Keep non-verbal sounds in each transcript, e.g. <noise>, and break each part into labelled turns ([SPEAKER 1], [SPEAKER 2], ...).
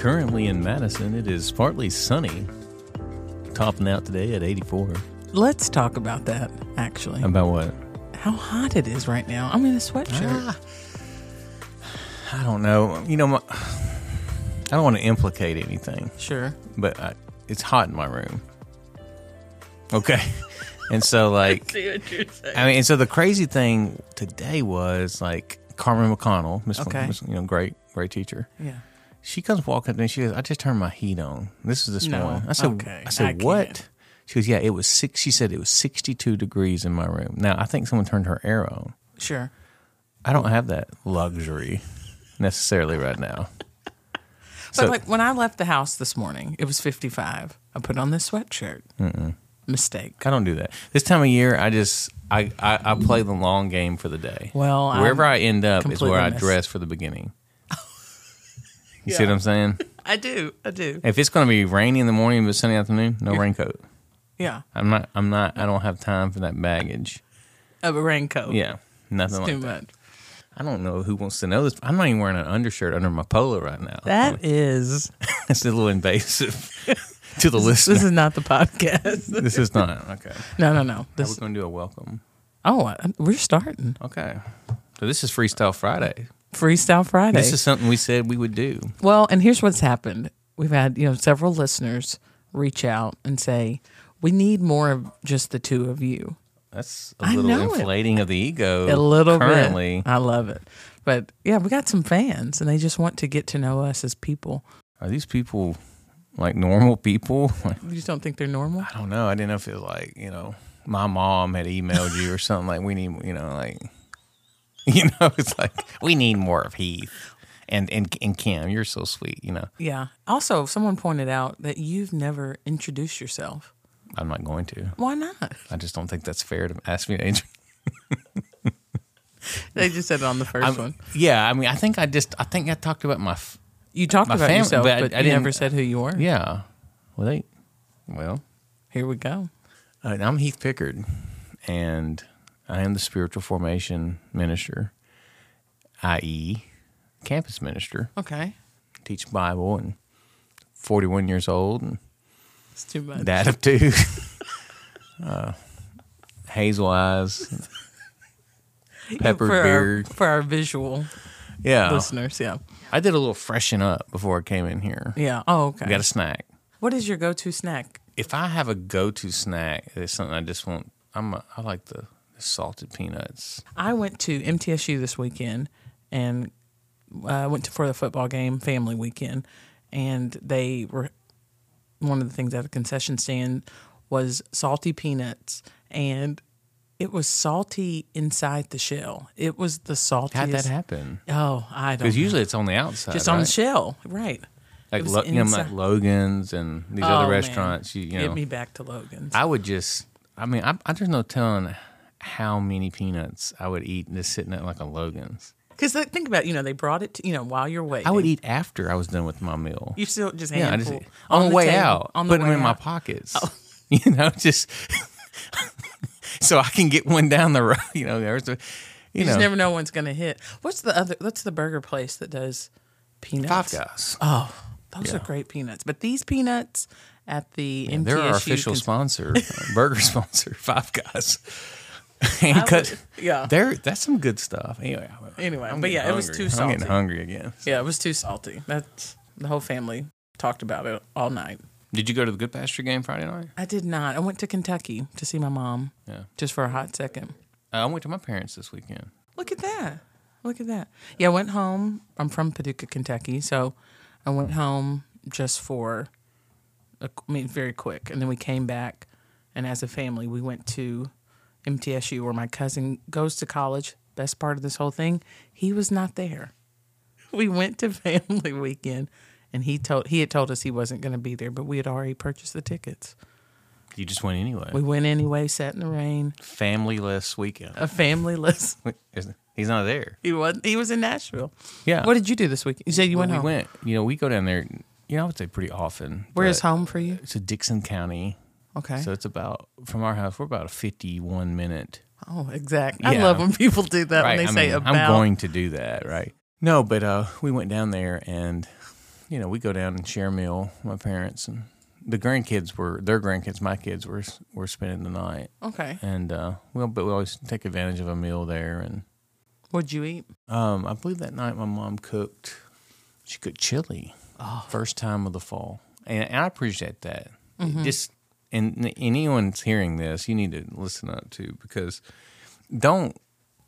[SPEAKER 1] Currently in Madison, it is partly sunny, topping out today at 84.
[SPEAKER 2] Let's talk about that, actually.
[SPEAKER 1] About what?
[SPEAKER 2] How hot it is right now. I'm in a sweatshirt.
[SPEAKER 1] I don't know. You know, my, I don't want to implicate anything,
[SPEAKER 2] sure.
[SPEAKER 1] but I, it's hot in my room. Okay. <laughs> and so,
[SPEAKER 2] <laughs>
[SPEAKER 1] like,
[SPEAKER 2] See what you're saying.
[SPEAKER 1] I mean, and so the crazy thing today was like Carmen McConnell, Miss,
[SPEAKER 2] Okay.
[SPEAKER 1] Miss- you know, great, great teacher.
[SPEAKER 2] Yeah.
[SPEAKER 1] She comes walking up to me. She goes, "I just turned my heat on." This is this
[SPEAKER 2] No.
[SPEAKER 1] morning. I said,
[SPEAKER 2] Okay.
[SPEAKER 1] "I
[SPEAKER 2] I
[SPEAKER 1] said
[SPEAKER 2] can't.
[SPEAKER 1] what?" She goes, "Yeah, it was six." She said it was sixty-two degrees in my room. Now I think someone turned her air on.
[SPEAKER 2] Sure.
[SPEAKER 1] I don't have that luxury necessarily right now.
[SPEAKER 2] But like when I left the house this morning, it was 55. I put on this sweatshirt. Mm-mm. Mistake.
[SPEAKER 1] I don't do that. This time of year, I just I I, I play the long game for the day.
[SPEAKER 2] Well, um, I'm
[SPEAKER 1] wherever i end up is
[SPEAKER 2] completely
[SPEAKER 1] where I
[SPEAKER 2] missed.
[SPEAKER 1] dress for the
[SPEAKER 2] <laughs>
[SPEAKER 1] beginning. You see what I'm saying?
[SPEAKER 2] I do. I do.
[SPEAKER 1] If it's going to be rainy in the morning but sunny afternoon, no raincoat.
[SPEAKER 2] Yeah.
[SPEAKER 1] I'm not. I'm not. I don't have time for that baggage.
[SPEAKER 2] Of a raincoat.
[SPEAKER 1] Yeah, nothing
[SPEAKER 2] Too
[SPEAKER 1] like that.
[SPEAKER 2] much.
[SPEAKER 1] I don't know who wants to know this. I'm not even wearing an undershirt under my polo right now. <laughs>
[SPEAKER 2] That is.
[SPEAKER 1] That's a little invasive <laughs> to the listener.
[SPEAKER 2] <laughs> This is not the podcast. <laughs>
[SPEAKER 1] this is not okay.
[SPEAKER 2] no, no, no.
[SPEAKER 1] We're
[SPEAKER 2] This.
[SPEAKER 1] going to do a welcome.
[SPEAKER 2] Oh, I- we're starting
[SPEAKER 1] Okay. So this is Freestyle Friday.
[SPEAKER 2] Freestyle Friday.
[SPEAKER 1] This is something we said we would do.
[SPEAKER 2] Well, and here's what's happened. We've had, you know, several listeners reach out and say, "We need more of just the two of you."
[SPEAKER 1] That's a
[SPEAKER 2] I
[SPEAKER 1] little
[SPEAKER 2] know it.
[SPEAKER 1] inflating of the ego.
[SPEAKER 2] A little
[SPEAKER 1] currently.
[SPEAKER 2] bit. I love it. But yeah, we got some fans and they just want to get to know us as people.
[SPEAKER 1] Are these people like normal people? <laughs> Like,
[SPEAKER 2] You just don't think they're normal?
[SPEAKER 1] I don't know. I didn't know if it was like you know my mom had emailed you or something like we need you know like <laughs> you know it's like we need more of Heath and and and Kim. You're so sweet. You know
[SPEAKER 2] Yeah. Also, someone pointed out that you've never introduced yourself.
[SPEAKER 1] I'm not going to.
[SPEAKER 2] Why not?
[SPEAKER 1] I just don't think that's fair to ask me to. Intro-
[SPEAKER 2] They just said it on the 1st
[SPEAKER 1] I'm-
[SPEAKER 2] one.
[SPEAKER 1] yeah, I mean, I think I just I think I talked about my f-
[SPEAKER 2] You talked
[SPEAKER 1] my
[SPEAKER 2] about
[SPEAKER 1] fam-
[SPEAKER 2] yourself,
[SPEAKER 1] but I-
[SPEAKER 2] but,
[SPEAKER 1] I
[SPEAKER 2] you
[SPEAKER 1] didn't-
[SPEAKER 2] never said who you were.
[SPEAKER 1] yeah. Well, they well.
[SPEAKER 2] Here we go.
[SPEAKER 1] Uh, I'm Heath Pickard, and I am the spiritual formation minister, i.e., campus minister.
[SPEAKER 2] Okay.
[SPEAKER 1] Teach Bible and 41 years old and
[SPEAKER 2] It's too much.
[SPEAKER 1] dad of two. <laughs> uh, hazel
[SPEAKER 2] <laughs>
[SPEAKER 1] eyes, peppered
[SPEAKER 2] for
[SPEAKER 1] beard. Oh.
[SPEAKER 2] Our, for our visual
[SPEAKER 1] Yeah.
[SPEAKER 2] listeners, yeah.
[SPEAKER 1] I did a little freshen up before I came in here.
[SPEAKER 2] Yeah. Oh, okay.
[SPEAKER 1] I got a snack.
[SPEAKER 2] What is your go-to snack?
[SPEAKER 1] If I have a go to snack, it's something I just want. I'm a, I like the, the salted peanuts.
[SPEAKER 2] I went to MTSU this weekend and I went to for the football game family weekend, and they were one of the things at the concession stand was salty peanuts, and it was salty inside the shell. It was the saltiest.
[SPEAKER 1] How'd that happen?
[SPEAKER 2] Oh, I don't.
[SPEAKER 1] Because
[SPEAKER 2] know.
[SPEAKER 1] usually it's on the outside.
[SPEAKER 2] just on the
[SPEAKER 1] right?
[SPEAKER 2] shell, right?
[SPEAKER 1] like,
[SPEAKER 2] It was
[SPEAKER 1] Lo- you know, like
[SPEAKER 2] inside-
[SPEAKER 1] Logan's and these
[SPEAKER 2] Oh,
[SPEAKER 1] other
[SPEAKER 2] man.
[SPEAKER 1] restaurants. You, you
[SPEAKER 2] Get
[SPEAKER 1] know,
[SPEAKER 2] me back to Logan's.
[SPEAKER 1] I would just. I mean, I, I there's no telling how many peanuts I would eat just sitting at like a Logan's.
[SPEAKER 2] Because uh, think about it, you know they brought it to, you know while you're waiting.
[SPEAKER 1] I would eat after I was done with my meal.
[SPEAKER 2] You still just
[SPEAKER 1] yeah, I
[SPEAKER 2] handful
[SPEAKER 1] just on, the way
[SPEAKER 2] table,
[SPEAKER 1] out,
[SPEAKER 2] on the
[SPEAKER 1] putting
[SPEAKER 2] way
[SPEAKER 1] them in my
[SPEAKER 2] out. Oh.
[SPEAKER 1] pockets. <laughs> You know, just <laughs> so I can get one down the road. <laughs> You know, there's a, you,
[SPEAKER 2] You
[SPEAKER 1] know,
[SPEAKER 2] just never know when's gonna hit. What's the other? What's the burger place that does peanuts?
[SPEAKER 1] Five Guys.
[SPEAKER 2] Oh, those are
[SPEAKER 1] Yeah.
[SPEAKER 2] great peanuts. But these peanuts at the MTSU.
[SPEAKER 1] They're our official
[SPEAKER 2] cons- <laughs>
[SPEAKER 1] sponsor, uh, burger sponsor, <laughs> Five Guys. and cut.
[SPEAKER 2] would- <laughs> yeah.
[SPEAKER 1] <laughs> They're, that's some good stuff. Anyway, I-
[SPEAKER 2] Anyway,
[SPEAKER 1] I'm
[SPEAKER 2] but
[SPEAKER 1] getting
[SPEAKER 2] yeah, it was
[SPEAKER 1] hungry.
[SPEAKER 2] too
[SPEAKER 1] I'm getting
[SPEAKER 2] salty.
[SPEAKER 1] hungry again.
[SPEAKER 2] Yeah, it was too salty. That's the whole family talked about it all night.
[SPEAKER 1] Did you go to the Good Pasture game Friday night?
[SPEAKER 2] I did not. I went to Kentucky to see my mom.
[SPEAKER 1] Yeah.
[SPEAKER 2] Just for a hot second.
[SPEAKER 1] Uh, I went to my parents this weekend.
[SPEAKER 2] Look at that. Look at that. Yeah, I went home. I'm from Paducah, Kentucky. So I went home just for, a, I mean, very quick. And then we came back. And as a family, we went to MTSU where my cousin goes to college. Best part of this whole thing, he was not there. <laughs> We went to family <laughs> weekend and he told he had told us he wasn't going to be there, but we had already purchased the tickets.
[SPEAKER 1] You just went anyway.
[SPEAKER 2] We went anyway, sat in the rain,
[SPEAKER 1] Family-less weekend.
[SPEAKER 2] a <laughs> family-less
[SPEAKER 1] Wait, isn't- He's not there.
[SPEAKER 2] He was he was in Nashville.
[SPEAKER 1] Yeah.
[SPEAKER 2] What did you do this week? You said you went
[SPEAKER 1] we
[SPEAKER 2] home.
[SPEAKER 1] went. You know, we go down there you know, I would say pretty often.
[SPEAKER 2] Where is
[SPEAKER 1] but
[SPEAKER 2] home for you?
[SPEAKER 1] It's a Dixon County.
[SPEAKER 2] Okay.
[SPEAKER 1] So it's about from our house. We're about a fifty-one minute.
[SPEAKER 2] oh, exactly. I
[SPEAKER 1] Yeah.
[SPEAKER 2] love when people do that when
[SPEAKER 1] right.
[SPEAKER 2] they
[SPEAKER 1] I
[SPEAKER 2] say
[SPEAKER 1] mean,
[SPEAKER 2] about.
[SPEAKER 1] I'm going to do that. Right. No, but uh, we went down there, and you know, we go down and share a meal. with My parents and the grandkids were their grandkids. My kids were were spending the night,
[SPEAKER 2] Okay.
[SPEAKER 1] and uh, we but we always take advantage of a meal there. And
[SPEAKER 2] What'd you eat?
[SPEAKER 1] um, I believe that night my mom cooked. She cooked chili.
[SPEAKER 2] Ah.
[SPEAKER 1] First time of the fall, and, and I appreciate that. It
[SPEAKER 2] Mm-hmm.
[SPEAKER 1] Just and n- anyone's hearing this, you need to listen up too because don't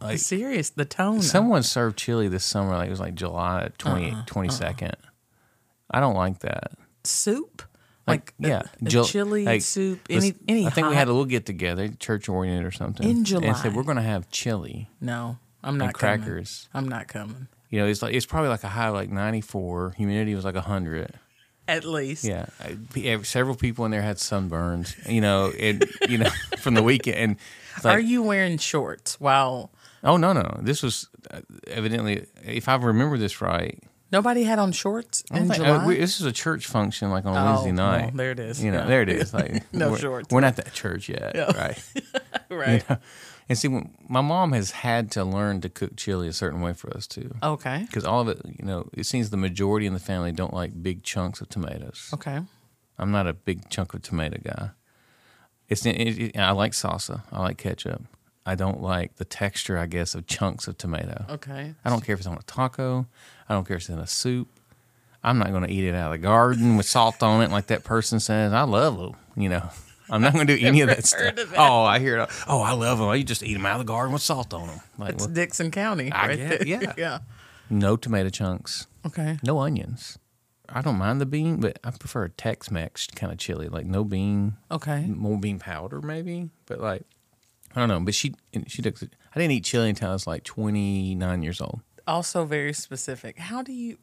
[SPEAKER 1] like
[SPEAKER 2] Serious. The tone.
[SPEAKER 1] someone served chili this summer. Like it was like July 20,
[SPEAKER 2] Uh-uh,
[SPEAKER 1] 22nd. I don't like that.
[SPEAKER 2] soup. Like,
[SPEAKER 1] Like, yeah,
[SPEAKER 2] a, a
[SPEAKER 1] Jul-
[SPEAKER 2] chili
[SPEAKER 1] like,
[SPEAKER 2] soup. Any
[SPEAKER 1] let's-
[SPEAKER 2] any.
[SPEAKER 1] I think we
[SPEAKER 2] hot-
[SPEAKER 1] had a little get together, church oriented or something.
[SPEAKER 2] In
[SPEAKER 1] and
[SPEAKER 2] July.
[SPEAKER 1] said we're going to have chili
[SPEAKER 2] No, I'm
[SPEAKER 1] and
[SPEAKER 2] not coming.
[SPEAKER 1] crackers.
[SPEAKER 2] I'm not coming.
[SPEAKER 1] You know, it's like it's probably like a high of like 94. Humidity was like 100.
[SPEAKER 2] At least.
[SPEAKER 1] Yeah, I- pe- ev- several people in there had sunburns. You know, and you know <laughs> from the weekend. And it's like,
[SPEAKER 2] Are you wearing shorts? Wow.
[SPEAKER 1] oh no, no, this was uh, evidently, if I remember this right,
[SPEAKER 2] Nobody had on shorts
[SPEAKER 1] I
[SPEAKER 2] in
[SPEAKER 1] think-
[SPEAKER 2] July.
[SPEAKER 1] uh, we- this is a church function like on
[SPEAKER 2] Oh,
[SPEAKER 1] a Wednesday night.
[SPEAKER 2] well, there it is.
[SPEAKER 1] You know,
[SPEAKER 2] Yeah.
[SPEAKER 1] there it is. Like
[SPEAKER 2] <laughs> No
[SPEAKER 1] we're,
[SPEAKER 2] shorts.
[SPEAKER 1] We're not that church yet,
[SPEAKER 2] Yeah. <laughs>
[SPEAKER 1] right?
[SPEAKER 2] right.
[SPEAKER 1] And see, when, my mom has had to learn to cook chili a certain way for us too,
[SPEAKER 2] Okay.
[SPEAKER 1] because all of it, you know, it seems the majority in the family don't like big chunks of tomatoes.
[SPEAKER 2] Okay.
[SPEAKER 1] I'm not a big chunk of tomato guy. It's it, it, I like salsa. I like ketchup. I don't like the texture, I guess, of chunks of tomato.
[SPEAKER 2] Okay.
[SPEAKER 1] I don't care if it's on a taco. I don't care if it's in a soup. I'm not going to eat it out of the garden with salt on it, like that person says. I love them. You know, I'm not going
[SPEAKER 2] <laughs>
[SPEAKER 1] to do any of that stuff.
[SPEAKER 2] heard of that.
[SPEAKER 1] Oh, I hear it. Oh, I love them. You just eat them out of the garden with salt on them. Like
[SPEAKER 2] It's
[SPEAKER 1] well,
[SPEAKER 2] Dixon County.
[SPEAKER 1] I
[SPEAKER 2] right
[SPEAKER 1] get-
[SPEAKER 2] there. <laughs>
[SPEAKER 1] yeah.
[SPEAKER 2] yeah.
[SPEAKER 1] no tomato chunks,
[SPEAKER 2] Okay.
[SPEAKER 1] no onions. I don't mind the bean, but I prefer a Tex-Mex kind of chili, like no bean,
[SPEAKER 2] Okay.
[SPEAKER 1] more bean powder maybe. But like, I don't know. But she and she took. I didn't eat chili until I was like 29 years old.
[SPEAKER 2] Also very specific. How do you?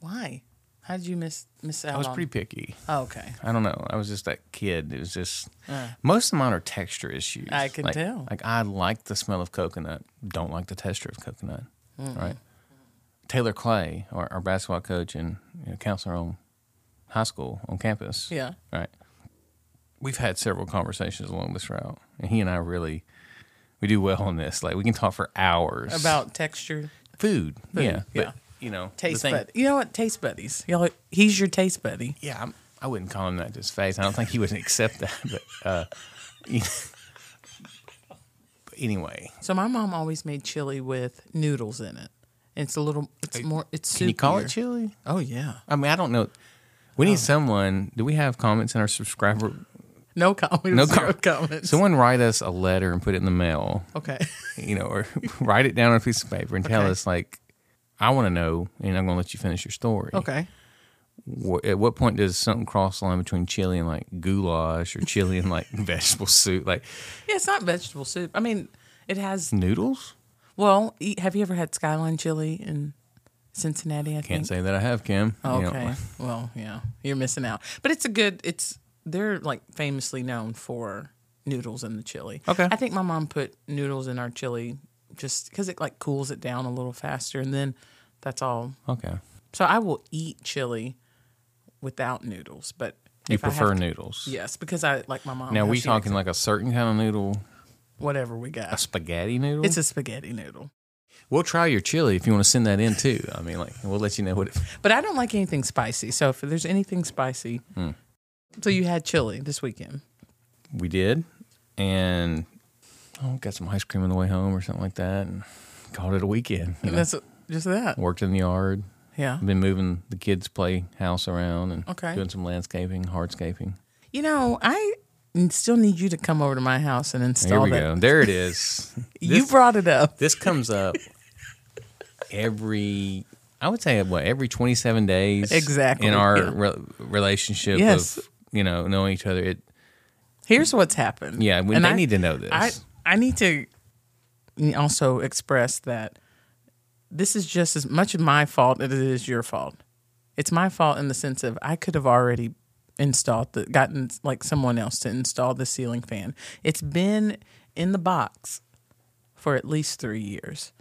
[SPEAKER 2] Why? How did you miss miss out?
[SPEAKER 1] I was
[SPEAKER 2] on-
[SPEAKER 1] pretty picky.
[SPEAKER 2] Oh, okay.
[SPEAKER 1] I don't know. I was just that kid. It was just most of mine are texture issues.
[SPEAKER 2] Uh. I can
[SPEAKER 1] Like-
[SPEAKER 2] tell.
[SPEAKER 1] Like I like the smell of coconut. Don't like the texture of coconut. Right. Taylor Clay, our, our basketball coach and you know, counselor on high school on campus. <laughs>
[SPEAKER 2] Yeah.
[SPEAKER 1] Right. We've had several conversations along this route, and he and I really we do well on this. Like we can talk for hours
[SPEAKER 2] About texture,
[SPEAKER 1] food. Yeah.
[SPEAKER 2] yeah.
[SPEAKER 1] But, you know, the
[SPEAKER 2] taste
[SPEAKER 1] thing-
[SPEAKER 2] bud. You know what? Taste buddies. Y'all, he's your taste buddy.
[SPEAKER 1] yeah, I'm, I wouldn't call him that to his face. I don't think he would <laughs> accept that. But, uh, you- but anyway,
[SPEAKER 2] So my mom always made chili with noodles in it. It's a little. It's more. It's.
[SPEAKER 1] can you call it
[SPEAKER 2] soupier.
[SPEAKER 1] chili?
[SPEAKER 2] Oh yeah.
[SPEAKER 1] I mean, I don't know. We
[SPEAKER 2] Um,
[SPEAKER 1] need someone. Do we have comments in our subscriber?
[SPEAKER 2] No comment. No
[SPEAKER 1] No
[SPEAKER 2] comments.
[SPEAKER 1] Someone write us a letter and put it in the mail,
[SPEAKER 2] okay. <laughs>
[SPEAKER 1] you know, or <laughs> write it down on a piece of paper and tell
[SPEAKER 2] Okay.
[SPEAKER 1] us, like, I want to know, and I'm going to let you finish your story.
[SPEAKER 2] Okay.
[SPEAKER 1] Wh- at what point does something cross the line between chili and like goulash or chili and like <laughs> vegetable soup? Like
[SPEAKER 2] Yeah, it's not vegetable soup. I mean, it has.
[SPEAKER 1] noodles?
[SPEAKER 2] Well, e- have you ever had skyline chili in Cincinnati? I
[SPEAKER 1] Can't
[SPEAKER 2] think.
[SPEAKER 1] say that I have, Kim. You know,
[SPEAKER 2] Mm. Okay. well, yeah, you're missing out. But it's a good. It's they're like famously known for noodles in the chili.
[SPEAKER 1] Okay.
[SPEAKER 2] I think my mom put noodles in our chili just because it like cools it down a little faster, and then that's all.
[SPEAKER 1] <laughs> Okay.
[SPEAKER 2] So I will eat chili without noodles, but
[SPEAKER 1] You
[SPEAKER 2] if I have
[SPEAKER 1] prefer
[SPEAKER 2] to-
[SPEAKER 1] noodles.
[SPEAKER 2] Yes, because I like my mom.
[SPEAKER 1] Now
[SPEAKER 2] how
[SPEAKER 1] we
[SPEAKER 2] she makes
[SPEAKER 1] talking
[SPEAKER 2] it.
[SPEAKER 1] like a certain kind of noodle,
[SPEAKER 2] whatever we
[SPEAKER 1] a
[SPEAKER 2] got.
[SPEAKER 1] spaghetti noodle.
[SPEAKER 2] It's a spaghetti noodle,
[SPEAKER 1] we'll try your chili if you want to send that in too. I mean, like we'll let you know what. It,
[SPEAKER 2] but I don't like anything spicy. So if there's anything spicy,
[SPEAKER 1] Hmm.
[SPEAKER 2] so you had chili this weekend.
[SPEAKER 1] we did, and oh, got some ice cream on the way home or something like that, and called it a weekend. you
[SPEAKER 2] And
[SPEAKER 1] know.
[SPEAKER 2] that's just that.
[SPEAKER 1] Worked in the yard.
[SPEAKER 2] Yeah.
[SPEAKER 1] I've been moving the kids' playhouse around and
[SPEAKER 2] Okay.
[SPEAKER 1] doing some landscaping, hardscaping.
[SPEAKER 2] You know, I still need you to come over to my house and
[SPEAKER 1] Here
[SPEAKER 2] install
[SPEAKER 1] we <laughs>
[SPEAKER 2] that.
[SPEAKER 1] go. There it is.
[SPEAKER 2] you brought it up.
[SPEAKER 1] this comes up every i would say what every 27 days
[SPEAKER 2] Exactly,
[SPEAKER 1] in our
[SPEAKER 2] yeah.
[SPEAKER 1] re- relationship
[SPEAKER 2] Yes.
[SPEAKER 1] of you know knowing each other it
[SPEAKER 2] Here's what's happened.
[SPEAKER 1] yeah we,
[SPEAKER 2] And
[SPEAKER 1] they
[SPEAKER 2] I-
[SPEAKER 1] need to know this
[SPEAKER 2] I I need to also express that this is just as much my fault as it is your fault. It's my fault in the sense of I could have already installed the gotten like someone else to install the ceiling fan. It's been in the box for at least three years.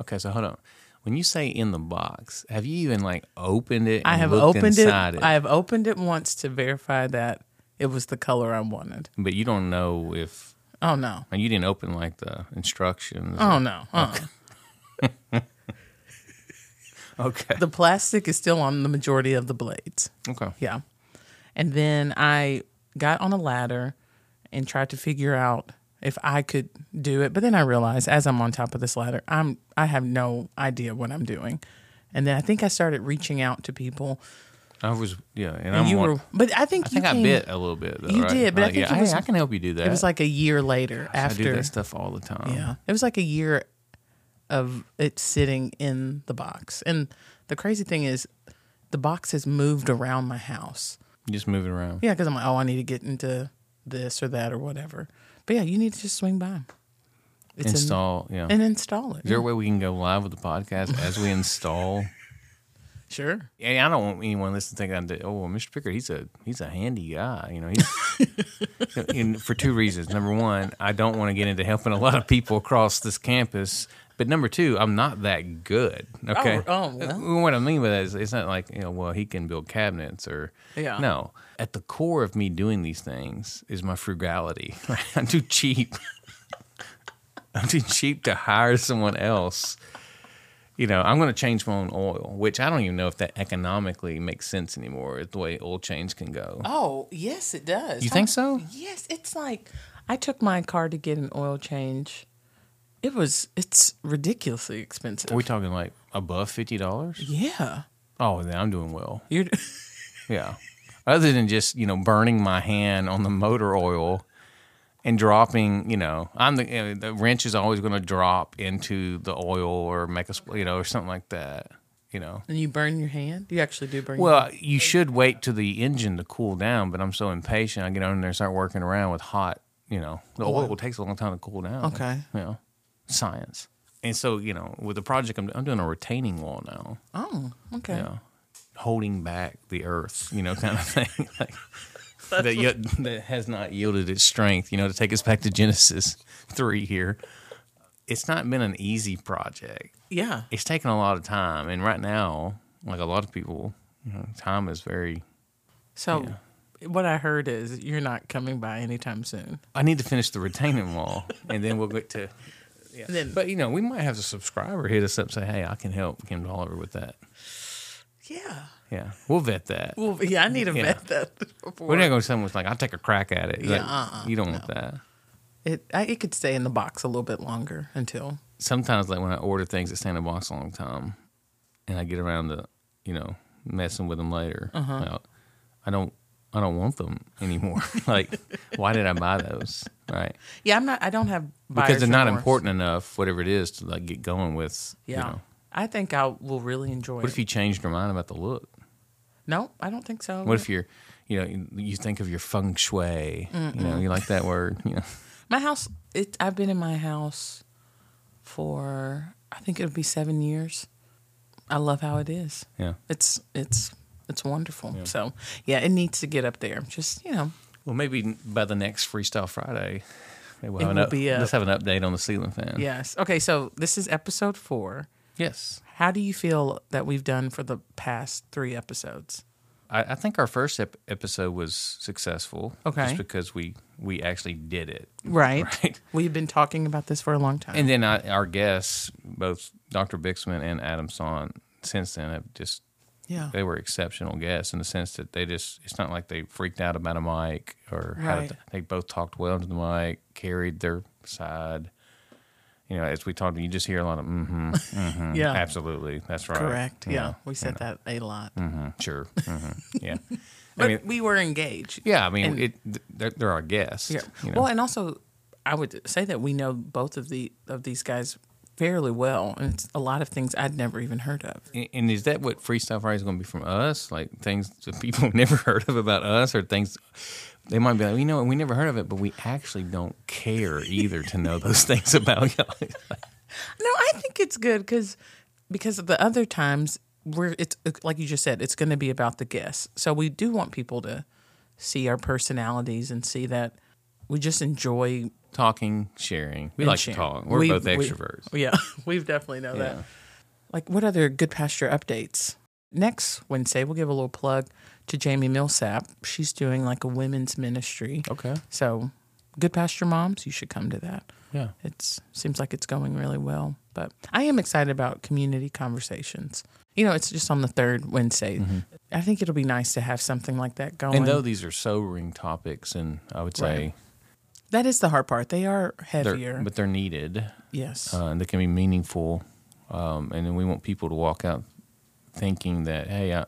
[SPEAKER 1] okay so hold on When you say in the box, have you even like opened it? And
[SPEAKER 2] I have
[SPEAKER 1] looked
[SPEAKER 2] opened it,
[SPEAKER 1] inside it,
[SPEAKER 2] I have opened it once to verify that it was the color I wanted.
[SPEAKER 1] but you don't know if
[SPEAKER 2] Oh no.
[SPEAKER 1] and you didn't open like the instructions.
[SPEAKER 2] Oh no. Uh-uh.
[SPEAKER 1] okay,
[SPEAKER 2] <laughs> The plastic is still on the majority of the blades.
[SPEAKER 1] okay.
[SPEAKER 2] Yeah. And then I got on a ladder and tried to figure out if I could do it. But then I realized as I'm on top of this ladder, I'm I have no idea what I'm doing. And then I think I started reaching out to people.
[SPEAKER 1] I was yeah, and,
[SPEAKER 2] And
[SPEAKER 1] I'm
[SPEAKER 2] you
[SPEAKER 1] one-
[SPEAKER 2] were but I think
[SPEAKER 1] I
[SPEAKER 2] you
[SPEAKER 1] think I
[SPEAKER 2] came-
[SPEAKER 1] bit a little bit. Though,
[SPEAKER 2] You
[SPEAKER 1] right?
[SPEAKER 2] did, but I
[SPEAKER 1] Like,
[SPEAKER 2] think
[SPEAKER 1] yeah,
[SPEAKER 2] it was-
[SPEAKER 1] I, can help you do that.
[SPEAKER 2] it was like a year later
[SPEAKER 1] I do
[SPEAKER 2] after
[SPEAKER 1] that stuff all the time.
[SPEAKER 2] Yeah. Uh-huh. It was like a year of it sitting in the box. And the crazy thing is, the box has moved around my house.
[SPEAKER 1] You just move it around.
[SPEAKER 2] Yeah, because I'm like, oh, I need to get into this or that or whatever. But yeah, you need to just swing by. It's in-
[SPEAKER 1] install. yeah.
[SPEAKER 2] and install it.
[SPEAKER 1] Is there a way we can go live with the podcast as we
[SPEAKER 2] <laughs>
[SPEAKER 1] install?
[SPEAKER 2] sure.
[SPEAKER 1] And I don't want anyone listening to think that oh, well, Mr. Pickard, he's a he's a handy guy. You know, he's,
[SPEAKER 2] <laughs>
[SPEAKER 1] and for two reasons. Number one, I don't want to get into helping a lot of people across this campus. But number two, I'm not that good. Okay.
[SPEAKER 2] oh, well.
[SPEAKER 1] What I mean by that is, it's not like you know, well, he can build cabinets or
[SPEAKER 2] Yeah.
[SPEAKER 1] No, at the core of me doing these things is my frugality. <laughs> I'm too cheap. <laughs> I'm too cheap to hire someone else. You know, I'm going to change my own oil, which I don't even know if that economically makes sense anymore. The way oil change can go.
[SPEAKER 2] Oh, yes, it does.
[SPEAKER 1] You think so?
[SPEAKER 2] Yes, it's like I took my car to get an oil change. It was it's ridiculously expensive.
[SPEAKER 1] Are we talking like above fifty dollars?
[SPEAKER 2] yeah.
[SPEAKER 1] Oh, then I'm doing well.
[SPEAKER 2] You're
[SPEAKER 1] Yeah. Other than just you know burning my hand on the motor oil and dropping, you know, I'm the, you know, the wrench is always going to drop into the oil or make a spl- you know or something like that. You know.
[SPEAKER 2] <laughs> and you burn your hand? You actually do burn your
[SPEAKER 1] Well, you should wait till the engine to cool down, but I'm so impatient. I get on there and start working around with hot. You know, the oil takes a long time to cool down.
[SPEAKER 2] Okay.
[SPEAKER 1] You know, science. And so you know, with the project, I'm, I'm doing a retaining wall now
[SPEAKER 2] Oh, okay.
[SPEAKER 1] you know, holding back the earth, you know,
[SPEAKER 2] <laughs>
[SPEAKER 1] kind of thing. <laughs> like, that, yet, that has not yielded its strength, you know, to take us back to Genesis <laughs> 3 here. It's not been an easy project.
[SPEAKER 2] Yeah.
[SPEAKER 1] It's taken a lot of time. And right now, like a lot of people, you know, time is very.
[SPEAKER 2] So what I heard is you're not coming by anytime soon.
[SPEAKER 1] I need to finish the retaining
[SPEAKER 2] <laughs>
[SPEAKER 1] wall and then we'll get to. Yeah.
[SPEAKER 2] And then-
[SPEAKER 1] but, you know, we might have a subscriber hit us up and say, hey, I can help Kim Oliver with that.
[SPEAKER 2] Yeah.
[SPEAKER 1] Yeah. We'll vet that.
[SPEAKER 2] Well, yeah, I need to vet that <laughs> before.
[SPEAKER 1] We're not going to someone who's like, I'll take a crack at it.
[SPEAKER 2] Yeah,
[SPEAKER 1] Like,
[SPEAKER 2] uh-uh,
[SPEAKER 1] you don't want that.
[SPEAKER 2] It I, it could stay in the box a little bit longer until
[SPEAKER 1] Sometimes, like when I order things that stay in a box a long time, and I get around to, you know, messing with them later,
[SPEAKER 2] Uh-huh.
[SPEAKER 1] like, I don't, I don't want them anymore. <laughs> like, why did I buy those? Right?
[SPEAKER 2] yeah I'm not I don't have
[SPEAKER 1] Because
[SPEAKER 2] buyer's
[SPEAKER 1] they're not
[SPEAKER 2] remorse.
[SPEAKER 1] important enough. Whatever it is to like get going with. you
[SPEAKER 2] Yeah,
[SPEAKER 1] know.
[SPEAKER 2] I think I will really enjoy.
[SPEAKER 1] What if
[SPEAKER 2] it.
[SPEAKER 1] you changed your mind about the look?
[SPEAKER 2] No, I don't think so.
[SPEAKER 1] What if you're, you know, you- you think of your feng shui. You know, you like that word. <laughs> You know,
[SPEAKER 2] my house? It I've been in my house for I think it'll be seven years. I love how it is.
[SPEAKER 1] yeah.
[SPEAKER 2] It's it's it's wonderful. So yeah, it needs to get up there. Just you know,
[SPEAKER 1] Well, maybe by the next Freestyle Friday, maybe we'll
[SPEAKER 2] It
[SPEAKER 1] have an
[SPEAKER 2] will
[SPEAKER 1] up-
[SPEAKER 2] be up.
[SPEAKER 1] let's have an update on the ceiling fan.
[SPEAKER 2] <laughs> yes. Okay, so this is episode four.
[SPEAKER 1] Yes.
[SPEAKER 2] How do you feel that we've done for the past three episodes?
[SPEAKER 1] I, I think our first ep- episode was successful.
[SPEAKER 2] Okay.
[SPEAKER 1] Just because we we actually did it. <laughs>
[SPEAKER 2] Right.
[SPEAKER 1] Right.
[SPEAKER 2] We've been talking about this for a long time.
[SPEAKER 1] And then I, our guests, both Dr. Bixman and Adam Son, since then have just
[SPEAKER 2] yeah.
[SPEAKER 1] they were exceptional guests in the sense that they just it's not like they freaked out about a mic or how to,
[SPEAKER 2] Right.
[SPEAKER 1] they both talked well into the mic, carried their side. You know, as we talked, you just hear a lot of mm-hmm, mm-hmm,
[SPEAKER 2] <laughs> Yeah.
[SPEAKER 1] absolutely, that's right,
[SPEAKER 2] Correct.
[SPEAKER 1] You
[SPEAKER 2] Yeah.
[SPEAKER 1] know,
[SPEAKER 2] We said that a lot.
[SPEAKER 1] mhm, sure, hmm yeah. <laughs>
[SPEAKER 2] But
[SPEAKER 1] I mean,
[SPEAKER 2] we were engaged.
[SPEAKER 1] yeah, I mean,
[SPEAKER 2] and-
[SPEAKER 1] it. th- They're, they're our guests.
[SPEAKER 2] Yeah.
[SPEAKER 1] you know.
[SPEAKER 2] Well, and also, I would say that we know both of the of these guys fairly well, and it's a lot of things I'd never even heard of.
[SPEAKER 1] And- and is that what freestyle Friday is going to be from us? Like things <laughs> that people have never heard of about us, or things they might be like, you know, what, we never heard of it, but we actually don't care either to know those <laughs> things about y'all.
[SPEAKER 2] No, I think it's good because because of the other times where it's uh, like you just said, it's going to be about the guests. So we do want people to see our personalities and see that we just enjoy
[SPEAKER 1] Talking, sharing. We
[SPEAKER 2] and
[SPEAKER 1] like
[SPEAKER 2] sharing.
[SPEAKER 1] to talk. We're
[SPEAKER 2] We-
[SPEAKER 1] both
[SPEAKER 2] we- <laughs>
[SPEAKER 1] extroverts.
[SPEAKER 2] yeah, we've definitely know that. like what other good pasture updates? Next Wednesday, we'll give a little plug to Jamie Millsap. She's doing like a women's ministry.
[SPEAKER 1] Okay.
[SPEAKER 2] So, Good Pasture Moms, you should come to that.
[SPEAKER 1] Yeah.
[SPEAKER 2] It's seems like it's going really well, but I am excited about community conversations. You know, it's just on the third Wednesday. I think it'll be nice to have something like that going.
[SPEAKER 1] Mm-hmm. And though these are sobering topics, and I would say
[SPEAKER 2] that is the hard part. They are
[SPEAKER 1] they're,
[SPEAKER 2] heavier.
[SPEAKER 1] but they're needed
[SPEAKER 2] yes.
[SPEAKER 1] uh, and they can be meaningful. Um, and then we want people to walk out thinking that, hey, I,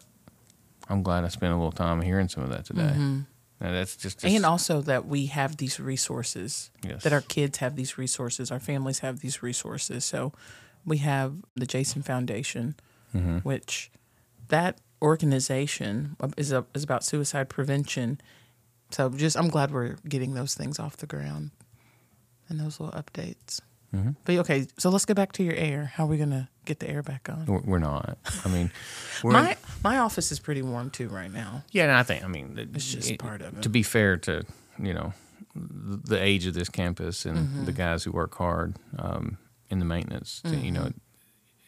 [SPEAKER 1] I'm glad I spent a little time hearing some of that today. Now, that's just, just
[SPEAKER 2] Mm-hmm. and also that we have these resources
[SPEAKER 1] Yes.
[SPEAKER 2] that our kids have these resources our families have these resources so we have the jason foundation
[SPEAKER 1] Mm-hmm.
[SPEAKER 2] which that organization is, a, is about suicide prevention so just i'm glad we're getting those things off the ground and those little updates
[SPEAKER 1] Mm-hmm.
[SPEAKER 2] but okay so let's go back to your air how are we gonna get the air back on
[SPEAKER 1] we're, we're not. I
[SPEAKER 2] <laughs>
[SPEAKER 1] mean, we're
[SPEAKER 2] my my office is pretty warm too right now
[SPEAKER 1] yeah. And I think I mean th-
[SPEAKER 2] It's just part of it.
[SPEAKER 1] To be fair to you know th- the age of this campus and
[SPEAKER 2] Mm-hmm.
[SPEAKER 1] the guys who work hard um, in the maintenance, to, you know,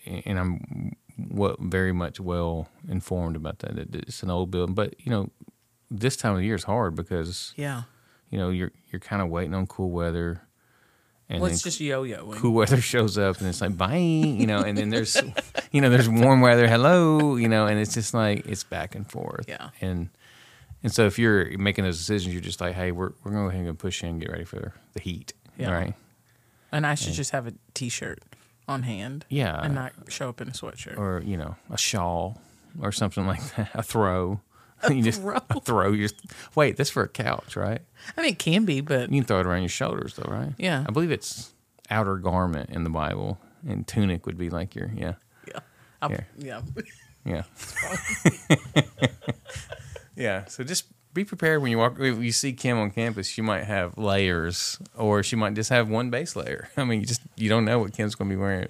[SPEAKER 2] Mm-hmm.
[SPEAKER 1] and I'm what very much well informed about that. It- It's an old building, but you know, this time of the year is hard because
[SPEAKER 2] yeah
[SPEAKER 1] you know you're you're kind of waiting on cool weather, and
[SPEAKER 2] well
[SPEAKER 1] then
[SPEAKER 2] it's just yo-yoing
[SPEAKER 1] cool weather shows up and it's like bye, you know, and then
[SPEAKER 2] <laughs>
[SPEAKER 1] there's you know there's warm weather, hello, you know, and it's just like it's back and forth,
[SPEAKER 2] Yeah.
[SPEAKER 1] and and so if you're making those decisions, you're just like, hey, we're we're gonna go ahead and push in, and get ready for the heat,
[SPEAKER 2] Yeah.
[SPEAKER 1] right?
[SPEAKER 2] And I should just have a t-shirt on hand.
[SPEAKER 1] Yeah.
[SPEAKER 2] And not show up in a sweatshirt.
[SPEAKER 1] or you know a shawl or something like that, a throw. <laughs> you just
[SPEAKER 2] throw?
[SPEAKER 1] a throw. You just wait. That's for a couch, right?
[SPEAKER 2] I mean, it can be, but
[SPEAKER 1] You can throw it around your shoulders, though, right?
[SPEAKER 2] Yeah.
[SPEAKER 1] I believe it's outer garment in the Bible, and tunic would be like your yeah,
[SPEAKER 2] yeah. I'll-
[SPEAKER 1] Here.
[SPEAKER 2] yeah. <laughs>
[SPEAKER 1] yeah, <laughs> yeah. So just be prepared when you walk. If you see Kim on campus, she might have layers, or she might just have one base layer. <laughs> I mean, you just you don't know what Kim's going to be wearing.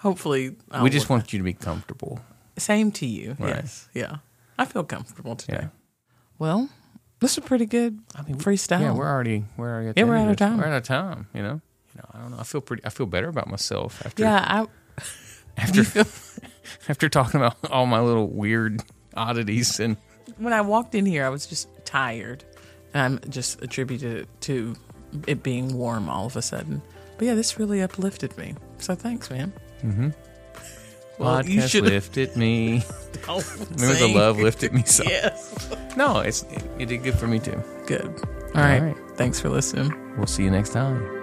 [SPEAKER 2] Hopefully, I'll
[SPEAKER 1] we just
[SPEAKER 2] look-
[SPEAKER 1] want you to be comfortable.
[SPEAKER 2] same to you.
[SPEAKER 1] Right.
[SPEAKER 2] Yes. Yeah. I feel comfortable today.
[SPEAKER 1] Yeah.
[SPEAKER 2] Well, this is pretty good
[SPEAKER 1] I mean, we-
[SPEAKER 2] freestyle.
[SPEAKER 1] Yeah, we're already we're already at the
[SPEAKER 2] Yeah, we're
[SPEAKER 1] end
[SPEAKER 2] out of
[SPEAKER 1] this.
[SPEAKER 2] time.
[SPEAKER 1] We're out of time. You know, you know. I don't know. I feel pretty. I feel better about myself after
[SPEAKER 2] yeah.
[SPEAKER 1] after <laughs> after talking about all my little weird oddities and
[SPEAKER 2] I when I walked in here, I was just tired, and I'm just attributed it to it being warm all of a sudden. But yeah, this really uplifted me. So thanks,
[SPEAKER 1] <laughs>
[SPEAKER 2] man. Mm-hmm. Well, you
[SPEAKER 1] podcast
[SPEAKER 2] should
[SPEAKER 1] lifted
[SPEAKER 2] <laughs>
[SPEAKER 1] me. Remember the
[SPEAKER 2] sing.
[SPEAKER 1] love lifted me. Song?
[SPEAKER 2] Yes.
[SPEAKER 1] No, it's it, it did good for me too.
[SPEAKER 2] Good.
[SPEAKER 1] All
[SPEAKER 2] All right.
[SPEAKER 1] right.
[SPEAKER 2] Thanks for listening.
[SPEAKER 1] We'll see you next time.